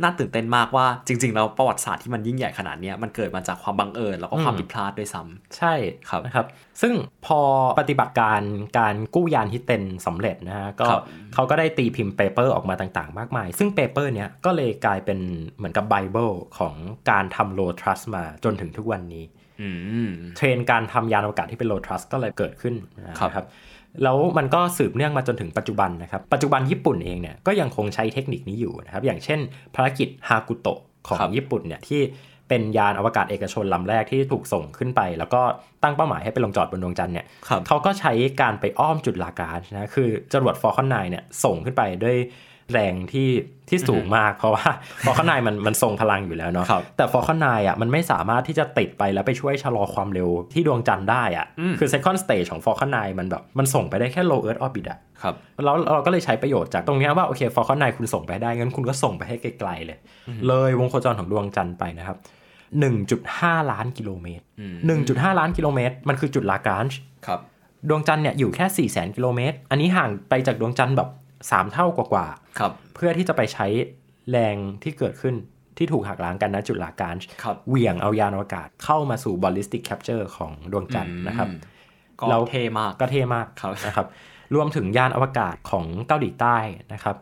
D: น่าตื่นเต้นมากว่าจริง ๆ แล้วประวัติศาสตร์ที่มันยิ่งใหญ่ขนาดเนี้ยมันเกิดมาจากความบังเอิญแล้วก็ความผิดพลาดด้วยซ้ำ
C: ใช่
D: ครับ
C: นะครับ ซึ่งพอปฏิบัติการการกู้ยานฮิเตนสำเร็จนะฮะก็
D: ครับ
C: เขาก็ได้ตีพิมพ์เปเปอร์ออกมาต่างๆ มากมาย ซึ่งเปเปอร์เนี้ยก็เลยกลายเป็นเหมือนกับไบเบิลของการทำโลทรัสมาจนถึงทุกวันนี้ เทรนด์การทำยานอวกาศที่เป็นโลทรัสก็เลยเกิดขึ้นนะครับ แล้วมันก็สืบเนื่องมาจนถึงปัจจุบันนะครับ ปัจจุบันญี่ปุ่นเองเนี่ยก็ยังคงใช้เทคนิคนี้อยู่นะครับ อย่างเช่น ภารกิจฮากุโตะของญี่ปุ่นเนี่ยที่เป็นยานอวกาศเอกชนลำแรกที่ถูกส่งขึ้นไป แล้วก็ตั้งเป้าหมายให้ไปลงจอดบนดวงจันทร์เนี่ย
D: ครับ
C: เขาก็ใช้การไปอ้อมจุดลากาชนะ คือจรวดฟอ l คอนไนเนี่ยส่งขึ้นไปด้วยแรงที่ที่สูงมาก เพราะว่าฟอ l คอนไนมันมันทรงพลังอยู่แล้วเนาะ
D: ครับ
C: แต่ฟอ l คอนไนอ่ะมันไม่สามารถที่จะติดไปแล้วไปช่วยชะลอความเร็วที่ดวงจันทร์ได้อ่ะ
D: อืม
C: คือ second stage ของฟอ l คอนไนมันแบบมันส่งไปได้แค่ low earth orbit อ่ะ
D: ครับ
C: แล้วเราก็เลยใช้ประโยชน์จากตรงเนี้ยว่าโอเคฟอ l คอนไนคุณส่งไปได้งั้นคุณก็ส่งไปให้ไกลๆเลย เลยวงโคจรของดวงจันทร์ไปนะครับ 1.5 ล้านกิโลเมตร
D: อืม
C: 1.5 ล้านกิโลเมตรมันคือจุดลากาช
D: ครับ
C: ดวงจันทร์เนี่ยอยู่แค่ 4 0 0 0 0 0 กิโลเมตร อันนี้ห่างไปจากดวงจันทร์แบบ 3 เท่ากว่า
D: ครับ
C: ๆ เพื่อที่จะไปใช้แรงที่เกิดขึ้นที่ถูกหักล้างกันนะจุดลาการจ์
D: ครับ
C: เหวี่ยงเอายานอวกาศเข้ามาสู่ ballistic capture ของดวงจันทร์นะครับ
D: อืมก็
C: เรา
D: เท่มาก
C: ก็เท่มาก
D: ครับ
C: นะครับ รวมถึงยานอวกาศของเกาหลีใต้นะครับ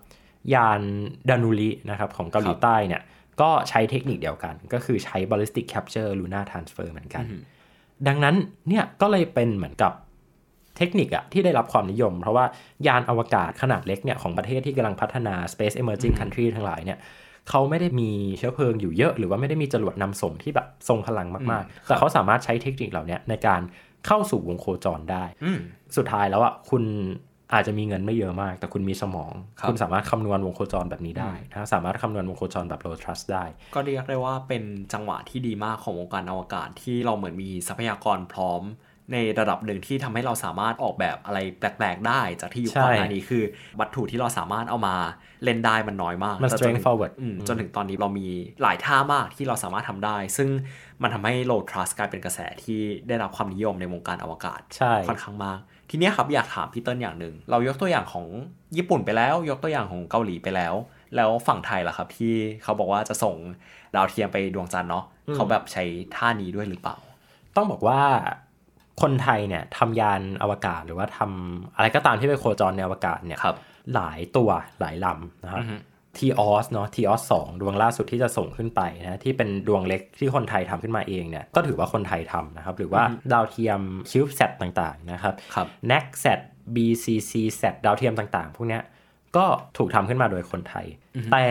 C: ยานดานูรินะครับของเกาหลีใต้เนี่ย ก็ใช้เทคนิคเดียวกัน ก็คือใช้ ballistic capture lunar transfer เหมือนกัน ดังนั้นเนี่ยก็เลยเป็นเหมือนกับเทคนิคอะที่ได้รับความนิยม เพราะว่ายานอวกาศขนาดเล็กเนี่ยของประเทศที่กำลังพัฒนา space emerging country ทั้งหลายเนี่ยเขาไม่ได้มีเชื้อเพลิงอยู่เยอะ หรือว่าไม่ได้มีจรวดนำส่งที่แบบทรงพลังมากๆ แต่เขาสามารถใช้เทคนิคเหล่าเนี้ยในการเข้าสู่วงโคจรได้
D: อืม
C: สุดท้ายแล้วอ่ะคุณอาจจะมีเงินไม่เยอะมาก แต่คุณมีสมอง
D: ครับ
C: คุณสามารถคำนวณวงโคจรแบบนี้ได้นะสามารถคำนวณวงโคจรแบบ low trust ได้
D: ก็เรียกได้ว่าเป็นจังหวะที่ดีมากของวงการอวกาศที่เราเหมือนมีทรัพยากรพร้อม ในระดับหนึ่งที่ทำให้เราสามารถออกแบบอะไรแปลกๆได้ จากที่อยู่
C: ใช่
D: ก่อนหน้านี้คือ วัตถุที่เราสามารถเอามาเล่นได้มันน้อยมาก
C: มัน
D: แต่จ
C: strength
D: ถึง
C: forward
D: อืมจนถึงตอนนี้เรามีหลายท่ามากที่เราสามารถทำได้ ซึ่งมันทำให้ low trust กลายเป็นกระแสที่ได้รับความนิยมในวงการอวกาศ
C: ใช่
D: ค่อนข้างมาก ทีเนี้ยครับอยากถามพี่เติ้ลอย่างหนึ่ง เรายกตัวอย่างของญี่ปุ่นไปแล้ว ยกตัวอย่างของเกาหลีไปแล้ว แล้วฝั่งไทยล่ะครับที่เขาบอกว่าจะส่งดาวเทียมไปดวงจันทร์เนาะเขาแบบใช้ท่านี้ด้วยหรือเปล่า
C: ต้องบอกว่าคนไทยเนี่ยทำยานอวกาศหรือว่าทำอะไรก็ตามที่ไปโคจรในอวกาศเนี่ย
D: ครับ
C: หลายตัวหลายลำนะฮะทีออสเนาะทีออสสองดวงล่าสุดที่จะส่งขึ้นไปนะที่เป็นดวงเล็กที่คนไทยทำขึ้นมาเองเนี่ยก็ถือว่าคนไทยทำนะครับหรือว่าดาวเทียมคิวบ์แซดต่างๆนะครับ
D: ครับ
C: n a c s a t BCC s a t ดาวเทียมต่างๆ พวกเนี้ยก็ถูกทำขึ้นมาโดยคนไทย แต่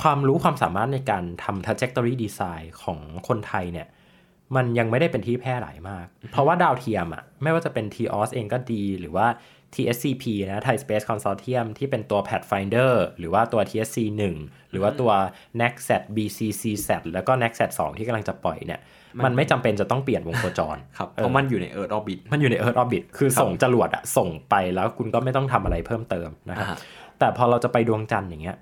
C: ความรู้ความสามารถในการทำ trajectory design ของคนไทยเนี่ยมันยังไม่ได้เป็นที่แพร่หลายมาก เพราะว่าดาวเทียมอะไม่ว่าจะเป็น TOS เองก็ดี หรือว่า TSCP นะ Thai Space Consortium ที่เป็นตัว Pathfinder หรือว่าตัว TSC 1 หรือว่าตัว n a c s a t BCC s a t แล้วก็ n a c s a t 2 ที่กำลังจะปล่อยเนี่ยมันไม่จำเป็นจะต้องเปลี่ยนวงโคจร
D: ครับ เพราะมันอยู่ในเอิร์ธออบิท
C: มันอยู่ใน Earth Orbit คือ
D: ครับ
C: ส่งจรวดอะส่งไปแล้วคุณก็ไม่ต้องทำอะไรเพิ่มเติมนะครับ
D: อ่า
C: แต่พอเราจะไปดวงจันทร์อย่างเงี้ย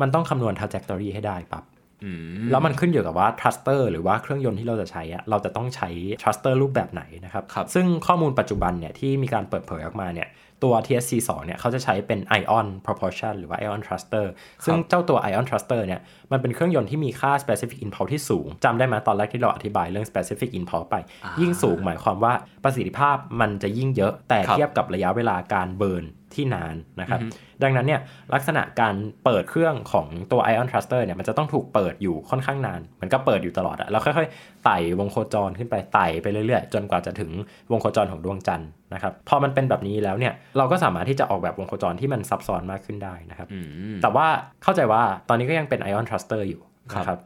C: มันต้องคำนวณ trajectory ให้ได้ปั๊บ
D: อืม
C: แล้วมันขึ้นอยู่กับว่า thruster หรือว่าเครื่องยนต์ที่เราจะใช้อะเราจะต้องใช้ thruster รูปแบบไหนนะครับ
D: ครับ
C: ซึ่งข้อมูลปัจจุบันเนี่ยที่มีการเปิดเผยออกมาเนี่ยตัว TSC 2เนี่ยเขาจะใช้เป็น ion propulsion หรือว่า ion thruster ซึ่งเจ้าตัว ion thruster เนี่ยมันเป็นเครื่องยนต์ที่มีค่า specific impulse ที่สูงจำได้ไหมตอนแรกที่เราอธิบายเรื่อง specific impulse ไป ยิ่งสูงหมายความว่าประสิทธิภาพมันจะยิ่งเยอะแต่
D: ครับ
C: เทียบกับระยะเวลาการเบิร์น ที่นานนะครับ
D: อือฮึ
C: ดังนั้นเนี่ยลักษณะการเปิดเครื่องของตัว Ion Thruster เนี่ยมันจะต้องถูกเปิดอยู่ค่อนข้างนาน มันก็เปิดอยู่ตลอดอะแล้วค่อยๆไต่วงโคจรขึ้นไปไต่ไปเรื่อยๆ จนกว่าจะถึงวงโคจรของดวงจันทร์นะครับพอมันเป็นแบบนี้แล้วเนี่ยเราก็สามารถที่จะออกแบบวงโคจรที่มันซับซ้อนมากขึ้นได้นะครับ
D: อืม
C: แต่ว่าเข้าใจว่าตอนนี้ก็ยังเป็น Ion Thruster อยู่
D: ครับ
C: นะครับ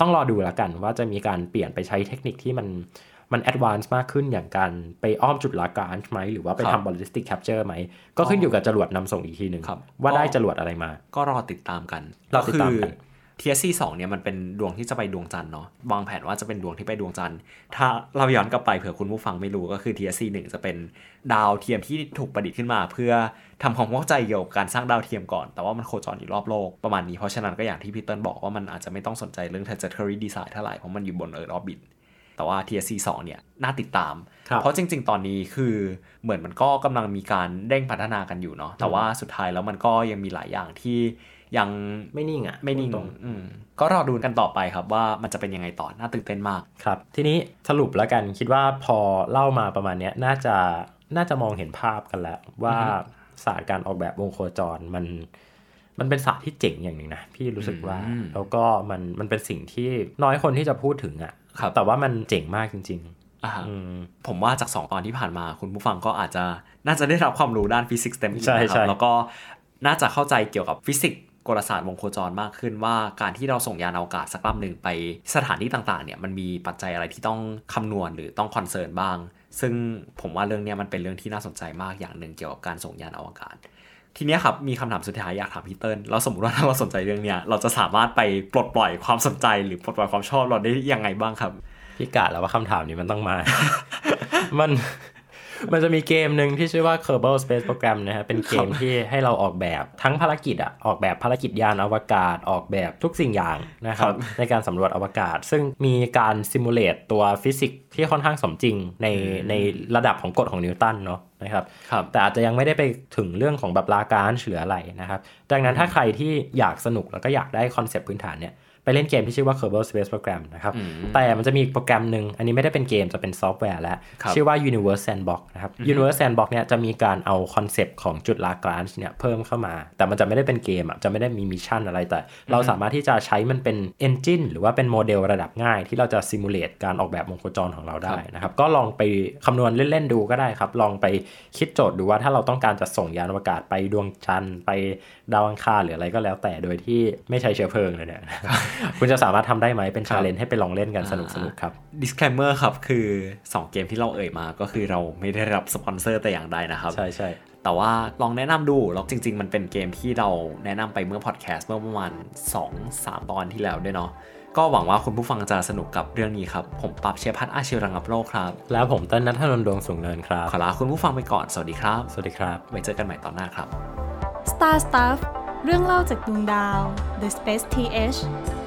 C: ต้องรอดูแล้วกันว่าจะมีการเปลี่ยนไปใช้เทคนิคที่มันมันแอดวานซ์มากขึ้นอย่างการไปอ้อมจุดลากาชไหม หรือว่าไปทำบอลลิสติกแคปเจอร์ไหม ก็ขึ้นอยู่กับจรวดนำส่งอีกทีหนึ่ง
D: ครับ
C: ว่าได้
D: ก็
C: จรวดอะไรมา
D: ก็รอติดตามกัน
C: รอติดตามกัน
D: เทียซี่สองเนี่ยมันเป็นดวงที่จะไปดวงจันทร์เนาะวางแผนว่าจะเป็นดวงที่ไปดวงจันทร์ ถ้าเราย้อนกลับไปเผื่อคุณผู้ฟังไม่รู้ก็คือเทียซี่หนึ่งจะเป็นดาวเทียมที่ถูกประดิษฐ์ขึ้นมา เพื่อทำความเข้าใจเกี่ยวกับการสร้างดาวเทียมก่อน แต่ว่ามันโคจรอยู่รอบโลกประมาณนี้เพราะฉะนั้นก็อย่างที่พี่เติ้ลบอกว่ามันอาจจะไม่ต้องสนใจเรื่อง trajectory design เท่าไหร่เพราะมันอยู่บน Earth orbit แต่ว่า TSC 2เนี่ยน่าติดตาม
C: ครับ
D: เพราะจริง ๆ ตอนนี้คือเหมือนมันก็กำลังมีการเร่งพัฒนากันอยู่เนาะแต่ว่าสุดท้ายแล้วมันก็ยังมีหลายอย่างที่ยัง
C: ไม่นิ่งอ่ะ
D: ไม่นิ่ง
C: ตรง
D: อืมก็รอดูกันต่อไปครับว่ามันจะเป็นยังไงต่อน่าตื่นเต้นมาก
C: ๆครับ ทีนี้สรุปแล้วกันคิดว่าพอเล่ามาประมาณเนี้ยน่าจะน่าจะมองเห็นภาพกันแล้ว ว่าศาสตร์การออกแบบวงโคจรมัน มันเป็นศาสตร์ที่เจ๋งอย่างหนึ่งนะพี่รู้สึกว่า
D: อืม
C: แล้วก็มันมันเป็นสิ่งที่น้อยคนที่จะพูดถึงอ่ะ
D: ครับ
C: แต่ว่ามันเจ๋งมากจริง
D: อ่าฮะ
C: ๆ อืม
D: ผมว่าจาก 2 ตอนที่ผ่านมาคุณผู้ฟังก็อาจจะน่าจะได้รับความรู้ด้านฟิสิกส์เต็มที่
C: ใช่
D: นะค
C: ใช่
D: รับแล้วก็น่าจะเข้าใจเกี่ยวกับฟิสิกส์กลศาสตร์วงโคจรมากขึ้นว่าการที่เราส่งยานอวกาศสักลำหนึ่งไปสถานที่ต่างๆเนี่ยมันมีปัจจัยอะไรที่ต้องคำนวณหรือต้องคอนเซิร์นบ้าง ซึ่งผมว่าเรื่องเนี้ยมันเป็นเรื่องที่น่าสนใจมากอย่างหนึ่งเกี่ยวกับการส่งยานอวกาศ ทีเนี้ยครับมีคำถามสุดท้ายอยากถามพี่เติ้ลเราสมมติว่าถ้าเราสนใจเรื่องเนี้ยเราจะสามารถไปปลดปล่อยความสนใจหรือปลดปล่อยความชอบเราได้ยังไงบ้างครับ
C: พี่กะแล้วว่าคำถามนี้มันต้องมา (laughs) มัน มันจะมีเกมหนึ่งที่ชื่อว่า Kerbal Space Program นะฮะ เป็นเกมที่ให้เราออกแบบทั้งภารกิจอะออกแบบภารกิจยานอวกาศ ออกแบบทุกสิ่งอย่างนะครั
D: ครับ บ
C: ในการสำรวจอวกาศ ซึ่งมีการซิมูเลตตัวฟิสิกส์ที่ค่อนข้างสมจริงในในระดับของกฎของนิวตันเนาะนะครับ
D: ครับ
C: แต่อาจจะยังไม่ได้ไปถึงเรื่องของแบบลาการหรืออะไรนะครับ ดังนั้นถ้าใครที่อยากสนุกแล้วก็อยากได้คอนเซปต์พื้นฐานเนี่ยไปเล่นเกมที่ชื่อว่า Kerbal Space Program นะครับ
D: อืม
C: แต่มันจะมีอีกโปรแกรมหนึ่งอันนี้ไม่ได้เป็นเกมจะเป็นซอฟต์แวร์แล้ว
D: ครับ
C: ชื่อว่า Universe Sandbox นะครับ Universe Sandbox เนี่ยจะมีการเอาคอนเซปต์ของจุดลากรานช์เนี่ยเพิ่มเข้ามา แต่มันจะไม่ได้เป็นเกมอ่ะจะไม่ได้มีมิชชั่นอะไรแต่ เราสามารถที่จะใช้มันเป็น Engine หรือว่าเป็นโมเดลระดับง่าย ที่เราจะซิมูเลตการออกแบบวงโคจรของเราได้
D: ครับ
C: นะครับก็ลองไปคำนวณเล่นๆดูก็ได้ครับ ลองไปคิดโจทย์ดูว่าถ้าเราต้องการจะส่งยานอวกาศไปดวงจันทร์ไปดาวอังคารหรืออะไรก็แล้วแต่โดยที่ไม่ใช้เชื้อเพลิงเลย
D: (laughs)
C: เนี่ยคุณจะสามารถทำได้ไหมเป็นชาเลนจ์ให้ไปลองเล่นกันสนุกสนุกๆครับ
D: disclaimer ครับคือ 2 เกมที่เราเอ่ยมาก็คือเราไม่ได้รับสปอนเซอร์แต่อย่างใดนะครับ
C: ใช่ใช่
D: แต่ว่าลองแนะนำดูแล้วจริง ๆ มันเป็นเกมที่เราแนะนำไปเมื่อพอดแคสต์เมื่อประมาณ 2-3 ตอนที่แล้วด้วยเนาะก็หวังว่าคุณผู้ฟังจะสนุกกับเรื่องนี้ครับ ผมปรับเชียร์พัฒน์อาชีวรังอับโลกครับ
C: แล้วผมเต้นนัทธนนท์ดวงสูงเนินครับ
D: ขอลาคุณผู้ฟังไปก่อน สวัสดีครับ
C: สวัสดีครับ
D: ไว้เจอกันใหม่ตอนหน้าครับ
B: Star Stuff เรื่องเล่าจากดวงดาว The Space TH